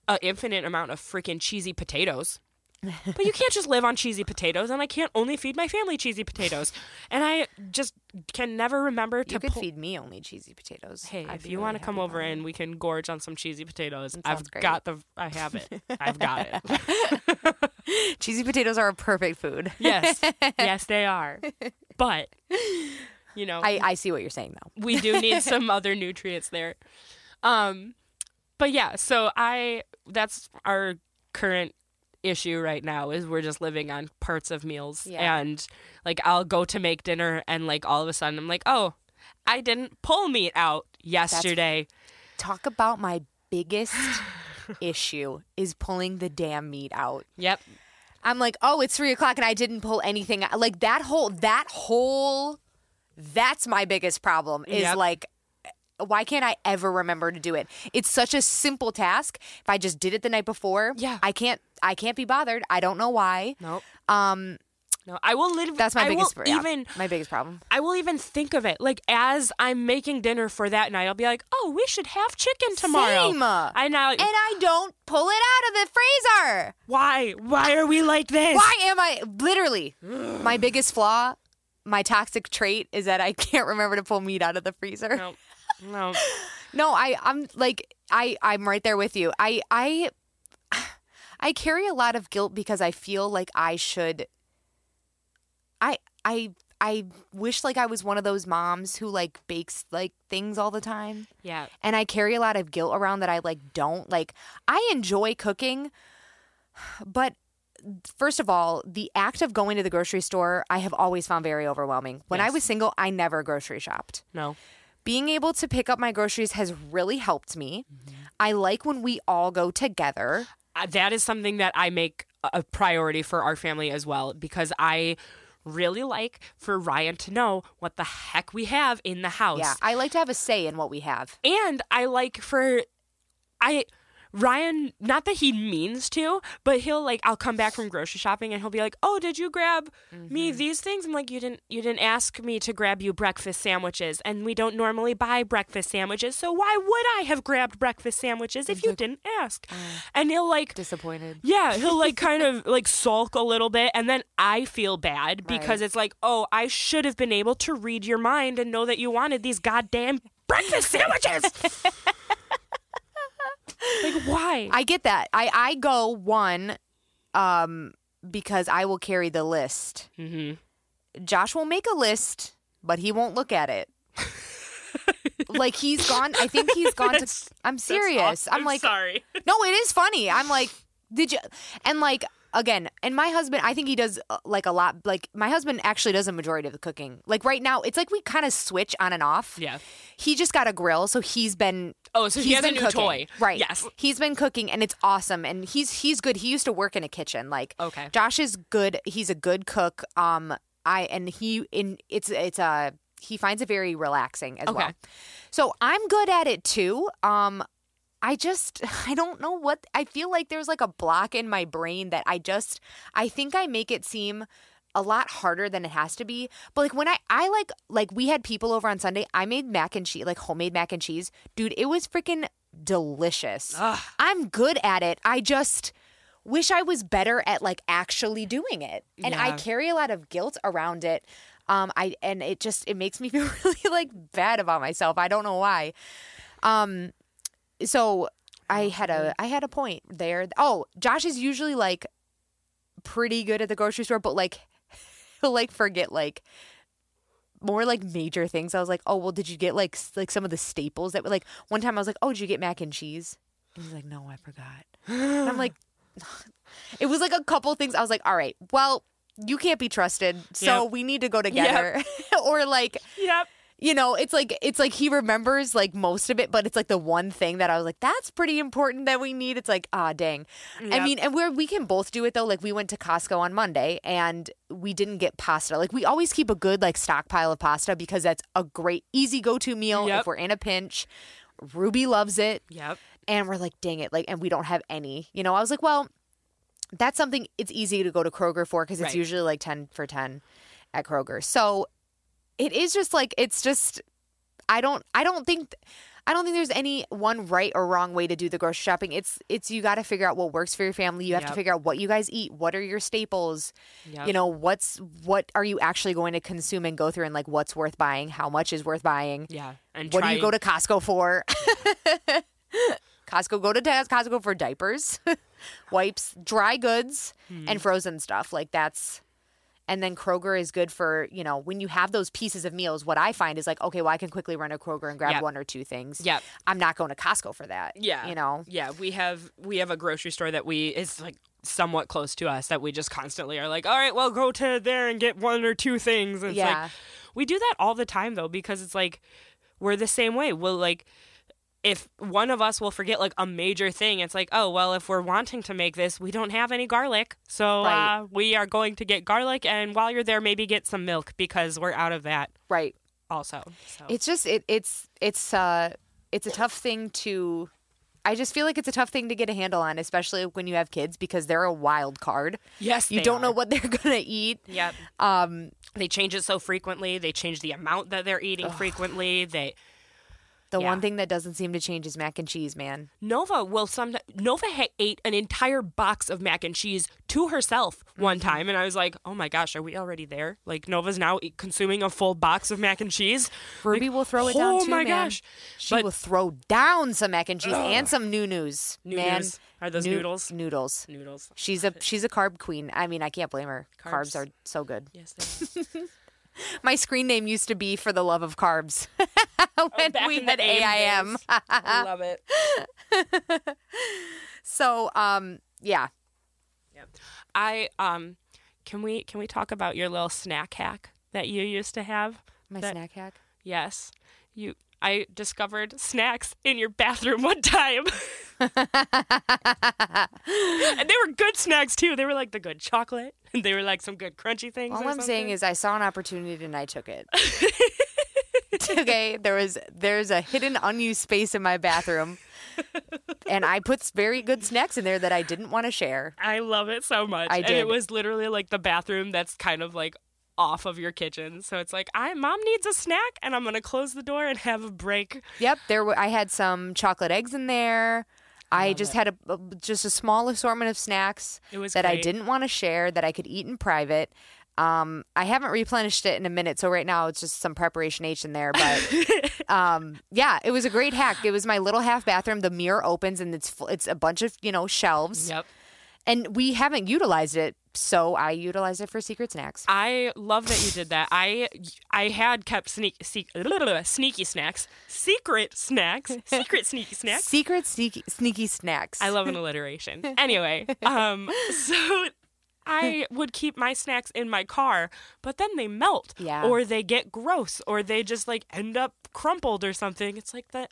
B: an infinite amount of freaking cheesy potatoes. but you can't just live on cheesy potatoes, and I can't only feed my family cheesy potatoes. And I just can never remember to
A: You could
B: pull-
A: feed me only cheesy potatoes.
B: Hey,
A: I'd
B: if
A: be
B: you
A: really
B: want to come
A: happy
B: over
A: about it.
B: and we can gorge on some cheesy potatoes,
A: That
B: I've
A: sounds great.
B: got the. I have it. I've got it.
A: cheesy potatoes are a perfect food.
B: Yes, yes, they are. But you know,
A: I, I see what you're saying though.
B: we do need some other nutrients there. Um, but yeah, so I that's our current issue right now is we're just living on parts of meals
A: Yeah.
B: and like I'll go to make dinner and like all of a sudden I'm like, "Oh, I didn't pull meat out yesterday."
A: Talk about my biggest issue is pulling the damn meat out.
B: Yep.
A: I'm like, oh, it's three o'clock and I didn't pull anything. out." Like that whole that whole that's my biggest problem is
B: Yep.
A: like why can't I ever remember to do it? It's such a simple task. If I just did it the night before,
B: Yeah.
A: I can't I can't be bothered. I don't know why.
B: Nope.
A: Um
B: No, I will live.
A: that's my
B: I
A: biggest
B: will
A: yeah,
B: even
A: my biggest problem.
B: I will even think of it. Like as I'm making dinner for that night, I'll be like, "Oh, we should have chicken tomorrow."
A: Same.
B: I now
A: And I don't pull it out of the freezer.
B: why? Why are we like this?
A: Why am I literally my biggest flaw, my toxic trait is that I can't remember to pull meat out of the freezer.
B: No, no.
A: No, I I'm like I I'm right there with you. I I I carry a lot of guilt because I feel like I should I I I wish like I was one of those moms who like bakes like things all the time.
B: Yeah.
A: And I carry a lot of guilt around that I like don't. Like I enjoy cooking, but first of all, the act of going to the grocery store I have always found very overwhelming. When I
B: Yes.
A: was single, I never grocery shopped
B: No.
A: being able to pick up my groceries has really helped me. I like when we all go together.
B: Uh, That is something that I make a- a priority for our family as well because I really like for Ryan to know what the heck we have in the house.
A: Yeah, I like to have a say in what we have.
B: And I like for I Ryan, not that he means to, but he'll like I'll come back from grocery shopping and he'll be like, "Oh, did you grab me these things?" I'm like, "You didn't you didn't ask me to grab you breakfast sandwiches, and we don't normally buy breakfast sandwiches, so why would I have grabbed breakfast sandwiches if you didn't ask?" And he'll like
A: Disappointed.
B: yeah, he'll like kind of like sulk a little bit, and then I feel bad because
A: Right.
B: it's like, oh, I should have been able to read your mind and know that you wanted these goddamn breakfast sandwiches. like, why?
A: I get that. I I go one um because I will carry the list.
B: mm-hmm.
A: Josh will make a list, but he won't look at it. like he's gone I think he's gone to
B: That's-
A: I'm serious. I'm like
B: sorry.
A: No, it is funny. I'm like, did you? And like again, and my husband, I think he does uh, like a lot. Like my husband actually does a majority of the cooking. Like right now, it's like we kind of switch on and off.
B: Yeah.
A: He just got a grill, so he's been.
B: Oh, so he
A: he's
B: has a
A: been
B: new
A: cooking.
B: toy.
A: right?
B: Yes.
A: he's been cooking, and it's awesome. And he's he's good. He used to work in a kitchen. Like
B: Okay.
A: Josh is good. He's a good cook. Um, I and he in it's it's a he finds it very relaxing as
B: Okay.
A: well. So I'm good at it too. Um, I just I don't know what I feel like. There's like a block in my brain that I just I think I make it seem a lot harder than it has to be. But like when I I like like we had people over on Sunday. I made mac and cheese like homemade mac and cheese, dude. It was freaking delicious.
B: Ugh.
A: I'm good at it. I just wish I was better at like actually doing it. And I
B: Yeah.
A: carry a lot of guilt around it. Um I and it just it makes me feel really like bad about myself. I don't know why. Um so I had a I had a point there. Oh, Josh is usually like pretty good at the grocery store, but like he'll like forget like more like major things. I was like, oh well, did you get like s- like some of the staples that were like one time I was like, oh, did you get mac and cheese? And he's like, no, I forgot. And I'm like, it was like a couple things. I was like, all right, well, you can't be trusted, so
B: Yep.
A: we need to go together, or like
B: Yep.
A: you know it's like it's like he remembers like most of it but it's like the one thing that i was like that's pretty important that we need it's like ah dang i
B: Yep.
A: mean and we're we can both do it though like we went to costco on monday and we didn't get pasta like we always keep a good like stockpile of pasta because that's a great easy go-to meal if
B: Yep.
A: we're in a pinch ruby loves it
B: Yep.
A: and we're like dang it like and we don't have any you know i was like well that's something it's easy to go to kroger for because it's
B: Right.
A: usually like 10 for 10 at kroger so it is just like it's just i don't i don't think I don't think there's any one right or wrong way to do the grocery shopping. It's it's you got to figure out what works for your family. You have to
B: Yep.
A: figure out what you guys eat. What are your staples? You
B: Yep.
A: know what's what are you actually going to consume and go through and like what's worth buying? How much is worth buying?
B: Yeah. And
A: what
B: try
A: do you go to Costco for? Costco go to Tas- Costco for diapers, wipes, dry goods,
B: Hmm.
A: and frozen stuff. Like that's and then Kroger is good for, you know, when you have those pieces of meals, what I find is like, okay, well I can quickly run to Kroger and grab
B: Yep.
A: one or two things.
B: Yep.
A: I'm not going to Costco for that.
B: Yeah.
A: You know.
B: Yeah, we have we have a grocery store that we is like somewhat close to us that we just constantly are like, all right, well, go to there and get one or two things. And it's
A: Yeah.
B: like we do that all the time though because it's like we're the same way. We'll like if one of us will forget like a major thing, it's like, oh well, if we're wanting to make this, we don't have any garlic, so
A: Right.
B: uh, we are going to get garlic. And while you're there, maybe get some milk because we're out of that
A: Right.
B: also. So
A: It's just it it's it's uh it's a tough thing to I just feel like it's a tough thing to get a handle on, especially when you have kids because they're a wild card.
B: yes,
A: You
B: they
A: don't know
B: are.
A: what they're going to eat.
B: Yep.
A: Um
B: they change it so frequently they change the amount that they're eating frequently they
A: The
B: Yeah.
A: one thing that doesn't seem to change is mac and cheese, man.
B: nova will some nova ha- ate an entire box of mac and cheese to herself one
A: Mm-hmm.
B: time and i was like oh my gosh are we already there like nova's now e- consuming a full box of mac and cheese
A: Ruby
B: Like,
A: will throw it down
B: oh
A: too,
B: my
A: man.
B: gosh
A: She
B: But-
A: will throw down some mac and cheese and some new news. Man,
B: Noodles. Are those
A: Noo-
B: noodles?
A: Noodles.
B: noodles
A: She's a she's a carb queen. I mean, I can't blame her. Carbs,
B: Carbs.
A: are so good.
B: yes they are.
A: My screen name used to be for the love of carbs.
B: Oh,
A: when
B: back
A: we
B: in the
A: had AIM.
B: days. i love it
A: So, um, yeah.
B: i um can we can we talk about your little snack hack that you used to have
A: My
B: That-
A: snack hack.
B: Yes. You I discovered snacks in your bathroom one time. and they were good snacks too. They were like the good chocolate and they were like some good crunchy things.
A: All
B: or
A: I'm saying
B: something.
A: is I saw an opportunity and I took it. okay, there was there's a hidden unused space in my bathroom. And I put very good snacks in there that I didn't want to share.
B: I love it so much.
A: I
B: And
A: did.
B: it was literally like the bathroom that's kind of like off of your kitchen. So it's like I mom needs a snack and I'm gonna close the door and have a break.
A: Yep, there were, I had some chocolate eggs in there. I just had a, a just a small assortment of snacks
B: It was
A: that I
B: great.
A: didn't want to share that I could eat in private. Um, I haven't replenished it in a minute, so right now it's just some preparation H in there. But um, yeah, it was a great hack. It was my little half bathroom. The mirror opens and it's full, it's a bunch of you know shelves,
B: Yep.
A: and we haven't utilized it, so I utilized it for secret snacks.
B: I love that you did that. I I had kept sneak, sneak sneaky snacks, secret snacks, secret sneaky snacks.
A: Secret sneaky, sneaky snacks.
B: I love an alliteration. Anyway, um, so I would keep my snacks in my car, but then they melt,
A: Yeah.
B: or they get gross, or they just like end up crumpled or something. It's like that.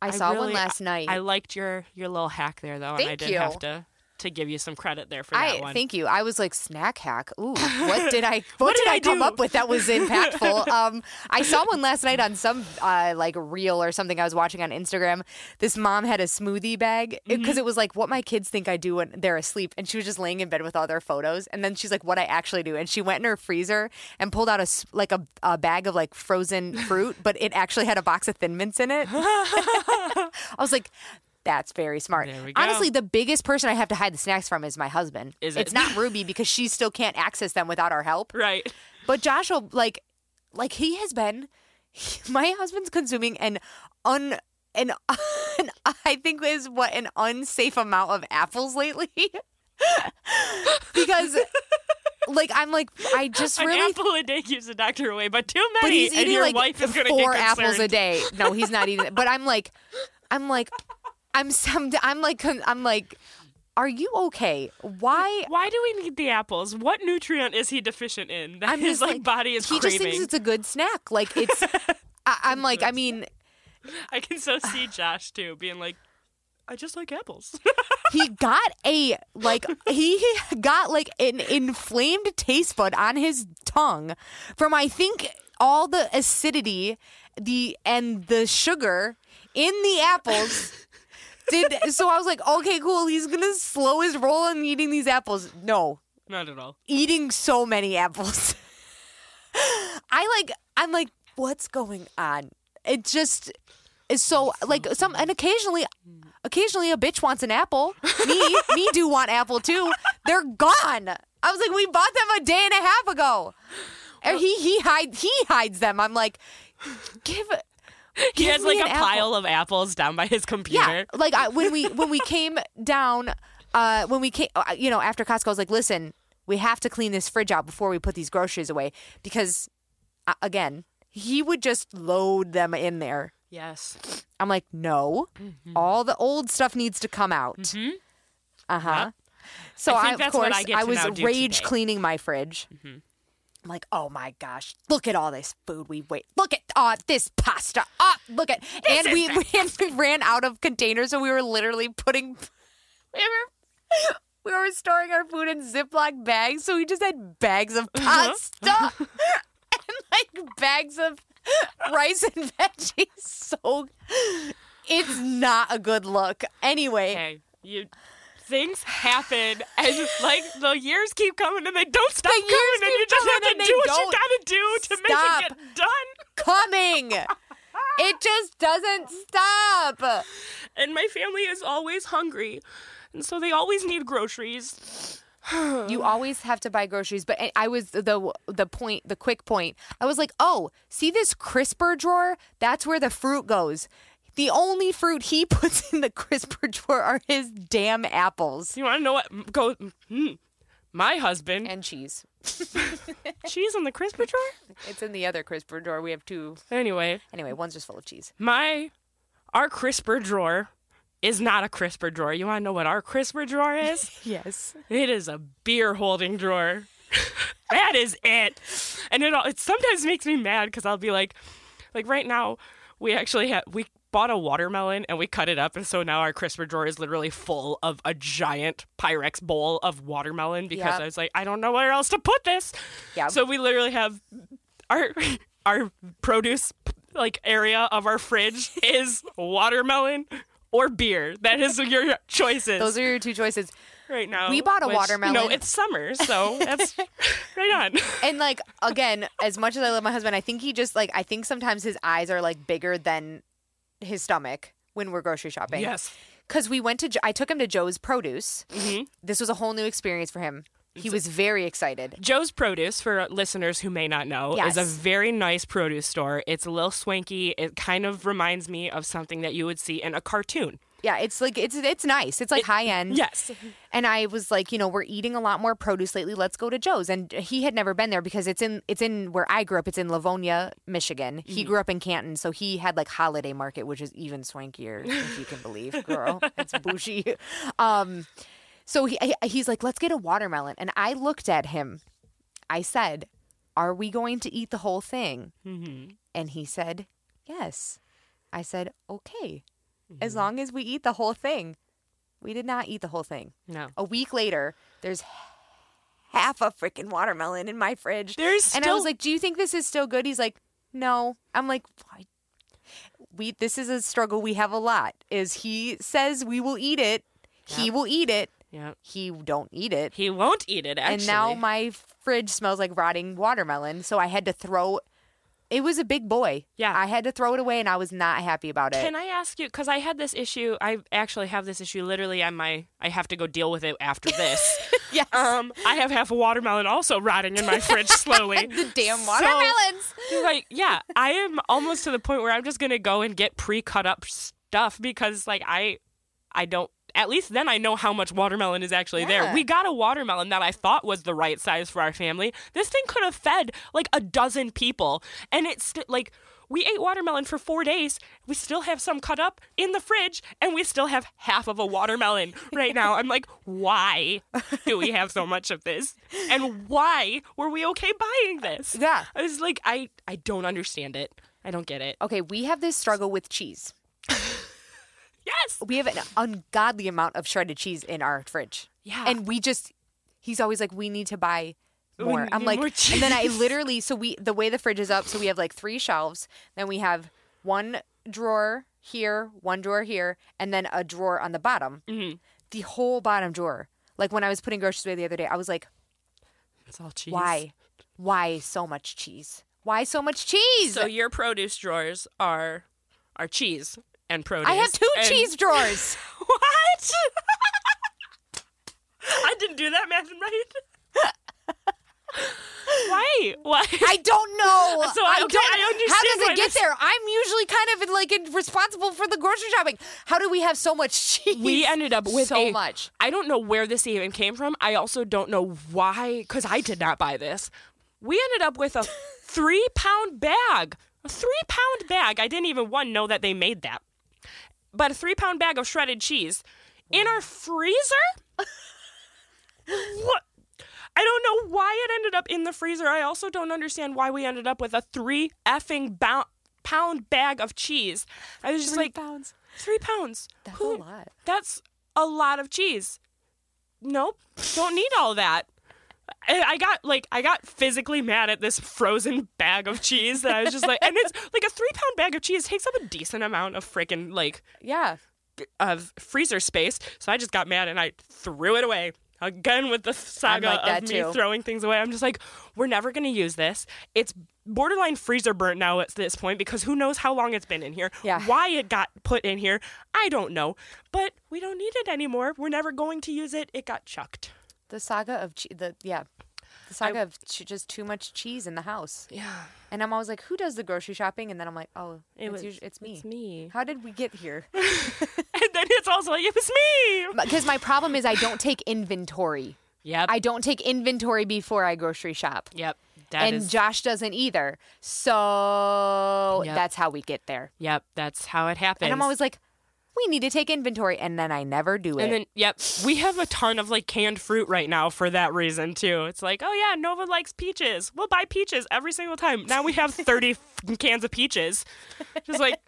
A: I saw one
B: really-
A: last
B: I-
A: night.
B: I liked your your little hack there, though, and I
A: Thank
B: did
A: you.
B: have to to give you some credit there for
A: I
B: that one.
A: thank you. I was like snack hack. Ooh, what did I? What,
B: What
A: did,
B: did
A: I,
B: I
A: come
B: do?
A: up with that was impactful? um, I saw one last night on some uh, like reel or something I was watching on Instagram. This mom had a smoothie bag
B: Mm-hmm.
A: because it was like what my kids think I do when they're asleep, and she was just laying in bed with all their photos, and then she's like, "What I actually do," and she went in her freezer and pulled out a s- like a, a bag of like frozen fruit, but it actually had a box of Thin Mints in it. I was like, that's very smart.
B: There we go.
A: Honestly, the biggest person I have to hide the snacks from is my husband.
B: Is
A: it's
B: it?
A: not Ruby because she still can't access them without our help.
B: Right.
A: But Josh will like like he has been my husband's consuming an un an, an I think is what an unsafe amount of apples lately. because like I'm like I just
B: An
A: really
B: apple a day keeps the doctor away, but too many,
A: but he's
B: and
A: eating
B: your
A: like
B: wife is going to get
A: four
B: concerned.
A: apples a day. No, he's not eating it. But I'm like, I'm like, I'm some. I'm like, I'm like, are you okay? Why?
B: Why do we need the apples? What nutrient is he deficient in that
A: I'm
B: his
A: just
B: like, body is
A: He
B: craving?
A: just thinks it's a good snack. Like it's. I, I'm like, I mean,
B: I can so see Josh too being like, I just like apples.
A: he got a like he got like an inflamed taste bud on his tongue from I think all the acidity, the and the sugar in the apples. Did so I was like, okay, cool. He's gonna slow his roll on eating these apples. No,
B: Not at all.
A: eating so many apples. I like I'm like, what's going on? It just So like some and occasionally occasionally a bitch wants an apple. Me, me do want apple too. They're gone. I was like, we bought them a day and a half ago. And he he hide he hides them. I'm like, give
B: He
A: give
B: has
A: me
B: like
A: an
B: a
A: apple.
B: pile of apples down by his
A: Yeah,
B: computer.
A: like I, when we when we came down, uh, when we came, uh, you know, after Costco, I was like, listen, we have to clean this fridge out before we put these groceries away because, uh, again, he would just load them in there.
B: Yes.
A: I'm like, no,
B: Mm-hmm.
A: all the old stuff needs to come out. Uh huh. So
B: I
A: I,
B: think
A: of
B: that's what
A: course
B: I get to
A: was
B: now do
A: rage
B: today. Mm-hmm.
A: cleaning my fridge. I'm like, oh my gosh, look at all this food we wait. Look at uh, this pasta. Uh, look at and we, we and we ran out of containers, so we were literally putting we were we were storing our food in Ziploc bags, so we just had bags of pasta and like bags of rice and veggies. So it's not a good look. Anyway.
B: Hey, you. Things happen, and like the years keep coming, and they don't stop
A: years
B: coming, and
A: keep
B: you just
A: coming
B: have
A: and
B: to
A: they
B: do what
A: don't
B: you gotta do to
A: stop.
B: make it get done.
A: coming. It just doesn't stop.
B: and my family is always hungry and so they always need groceries
A: You always have to buy groceries, but I- I was the the point, the quick point. I was like, "Oh, see this crisper drawer? That's where the fruit goes." The only fruit he puts in the crisper drawer are his damn apples
B: you want to know what m- go mm, my husband
A: and cheese.
B: cheese in the crisper drawer
A: It's in the other crisper drawer. We have two.
B: anyway
A: Anyway, one's just full of cheese.
B: my our crisper drawer is not a crisper drawer you want to know what our crisper drawer is
A: Yes.
B: it is a beer holding drawer that is it and it all it sometimes makes me mad because i'll be like like right now we actually have we bought a watermelon and we cut it up and so now our crisper drawer is literally full of a giant pyrex bowl of watermelon because
A: Yep.
B: i was like i don't know where else to put this
A: Yep.
B: so we literally have our our produce like area of our fridge is watermelon or beer that is your choices
A: Those are your two choices.
B: right now.
A: We bought a
B: which,
A: watermelon.
B: No, it's summer, so that's right on.
A: And like again, as much as I love my husband, I think he just like I think sometimes his eyes are like bigger than his stomach when we're grocery shopping.
B: Yes.
A: Because we went to Jo- I took him to Joe's Produce. This was a whole new experience for him. He was very excited.
B: Joe's Produce, for listeners who may not know,
A: Yes.
B: is a very nice produce store. It's a little swanky. It kind of reminds me of something that you would see in a cartoon.
A: Yeah, it's like it's it's nice. It's like high end.
B: Yes.
A: And I was like, you know, we're eating a lot more produce lately. Let's go to Joe's. And he had never been there because it's in it's in where I grew up. It's in Livonia, Michigan. He grew up in Canton, so he had like holiday market, which is even swankier if you can believe, girl. It's bougie. Um, so he he- he's like, let's get a watermelon. And I looked at him. I said, are we going to eat the whole thing?
B: Mm-hmm.
A: And he said, yes. I said, okay, as
B: Mm-hmm.
A: long as we eat the whole thing. We did not eat the whole thing.
B: No.
A: A week later, there's half a freaking watermelon in my fridge.
B: There's
A: and I was
B: still-
A: like, "Do you think this is still good?" He's like, "No." I'm like, Why? "We this is a struggle we have a lot. Is he says we will eat it, he will eat it,
B: Yeah.
A: he don't eat it,
B: He won't eat it, actually.
A: and now my fridge smells like rotting watermelon. So I had to throw. It was a big boy.
B: Yeah.
A: I had to throw it away, and I was not happy about it.
B: Can I ask you? Because I had this issue. I actually have this issue literally on my. I have to go deal with it after this.
A: yes,
B: um, I have half a watermelon also rotting in my fridge slowly.
A: the damn
B: So-
A: watermelons.
B: like yeah i am almost to the point where i'm just gonna go and get pre-cut up stuff because like i i don't at least then i know how much watermelon is actually
A: Yeah.
B: there we got a watermelon that i thought was the right size for our family this thing could have fed like a dozen people and it's st- like we ate watermelon for four days. We still have some cut up in the fridge, and we still have half of a watermelon right now. I'm like, why do we have so much of this? And why were we okay buying this?
A: Yeah.
B: I was like, I, I don't understand it. I don't get it.
A: okay, we have this struggle with cheese.
B: Yes.
A: we have an ungodly amount of shredded cheese in our fridge.
B: Yeah.
A: And we just he's always like, We need to buy more.
B: need
A: I'm like
B: more
A: and then I literally so we the way the fridge is up, so we have like three shelves, then we have one drawer here, one drawer here, and then a drawer on the bottom.
B: Mm-hmm.
A: The whole bottom drawer. Like when I was putting groceries away the other day, I was like,
B: It's all cheese.
A: Why? Why so much cheese? Why so much cheese?
B: So your produce drawers are are cheese and produce.
A: I have two
B: and-
A: cheese drawers.
B: What? I didn't do that math right. Why? Why?
A: I don't know.
B: So, okay,
A: don't.
B: I understand
A: how does
B: why
A: it get
B: this-
A: there? I'm usually kind of in, like in, responsible for the grocery shopping. How do we have so much cheese?
B: we ended up with
A: so
B: a-
A: much.
B: I don't know where this even came from. I also don't know why, because I did not buy this. We ended up with a three pound bag. A three pound bag. I didn't even one know that they made that. But a three pound bag of shredded cheese in our freezer. what? I don't know why it ended up in the freezer. I also don't understand why we ended up with a three effing bou- pound bag of cheese. I was just like
A: pounds.
B: three pounds.
A: That's a lot.
B: That's a lot of cheese. Nope, don't need all that. And I got like I got physically mad at this frozen bag of cheese that I was just like, and it's like a three pound bag of cheese takes up a decent amount of freaking like
A: Yeah.
B: of freezer space. So I just got mad and I threw it away. Again with the saga
A: like that
B: of me
A: too.
B: throwing things away. I'm just like, we're never gonna use this. It's borderline freezer burnt now at this point because who knows how long it's been in here.
A: Yeah.
B: Why it got put in here, I don't know. But we don't need it anymore. We're never going to use it. It got chucked.
A: The saga of che- the yeah. The saga of ch- just too much cheese in the house.
B: Yeah.
A: And I'm always like, who does the grocery shopping? And then I'm like, oh,
B: It
A: it's,
B: was-
A: usu- it's me.
B: it's me.
A: How did we get here?
B: And then it's also like, it was me.
A: Because my problem is I don't take inventory.
B: Yep.
A: I don't take inventory before I grocery shop.
B: yep.
A: and Josh doesn't either. So
B: Yep.
A: that's how we get there.
B: yep, that's how it happens.
A: And I'm always like, we need to take inventory. And then I never do it.
B: And then, yep, we have a ton of like canned fruit right now for that reason too. It's like, oh yeah, Nova likes peaches. We'll buy peaches every single time. Now we have thirty f- cans of peaches. Just like,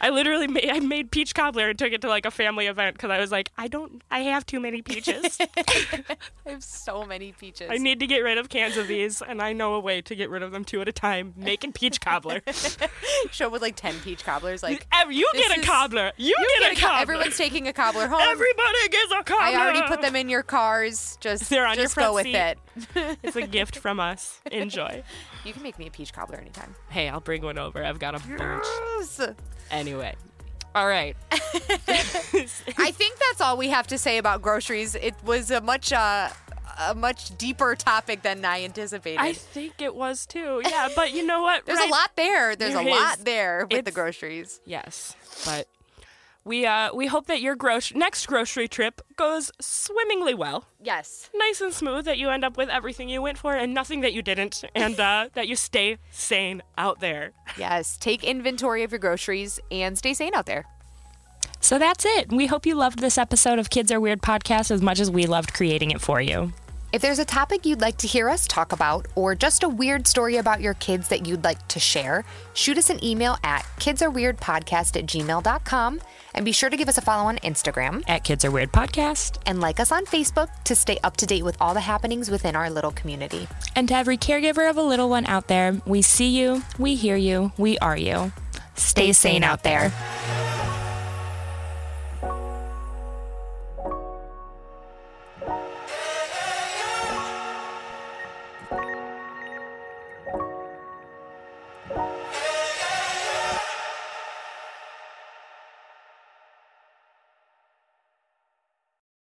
B: I literally made I made peach cobbler and took it to like a family event because I was like, I don't, I have too many peaches.
A: I have so many peaches.
B: I need to get rid of cans of these, and I know a way to get rid of them two at a time. Making peach cobbler.
A: Show with like 10 peach cobblers. Like,
B: Ev- you
A: This
B: get a
A: is-
B: cobbler. You,
A: "You're
B: get,
A: gonna
B: a
A: co-
B: cobbler.
A: everyone's taking a cobbler home.
B: Everybody gets a cobbler.
A: I already put them in your cars. Just,
B: They're on your
A: just
B: front
A: go with
B: seat.
A: it.
B: It's a gift from us. Enjoy.
A: You can make me a peach cobbler anytime.
B: Hey, I'll bring one over. I've got a bunch.
A: Yes.
B: Anyway. All right.
A: I think that's all we have to say about groceries. It was a much uh, a much deeper topic than I anticipated.
B: I think it was too. Yeah, but you know what?
A: There's
B: Right-
A: a lot there. There's a
B: There
A: lot
B: is.
A: there with the
B: It's-
A: groceries.
B: Yes, but we uh we hope that your groc- next grocery trip goes swimmingly well.
A: Yes.
B: Nice and smooth that you end up with everything you went for and nothing that you didn't and uh that you stay sane out there.
A: Yes. Take inventory of your groceries and stay sane out there.
B: So that's it. We hope you loved this episode of Kids Are Weird podcast as much as we loved creating it for you.
C: If there's a topic you'd like to hear us talk about, or just a weird story about your kids that you'd like to share, shoot us an email at kidsareweirdpodcast at gmail.com and be sure to give us a follow on Instagram
B: At Kids Are Weird podcast
C: and like us on Facebook to stay up to date with all the happenings within our little community.
B: And to every caregiver of a little one out there, we see you, we hear you, we are you. Stay sane out there.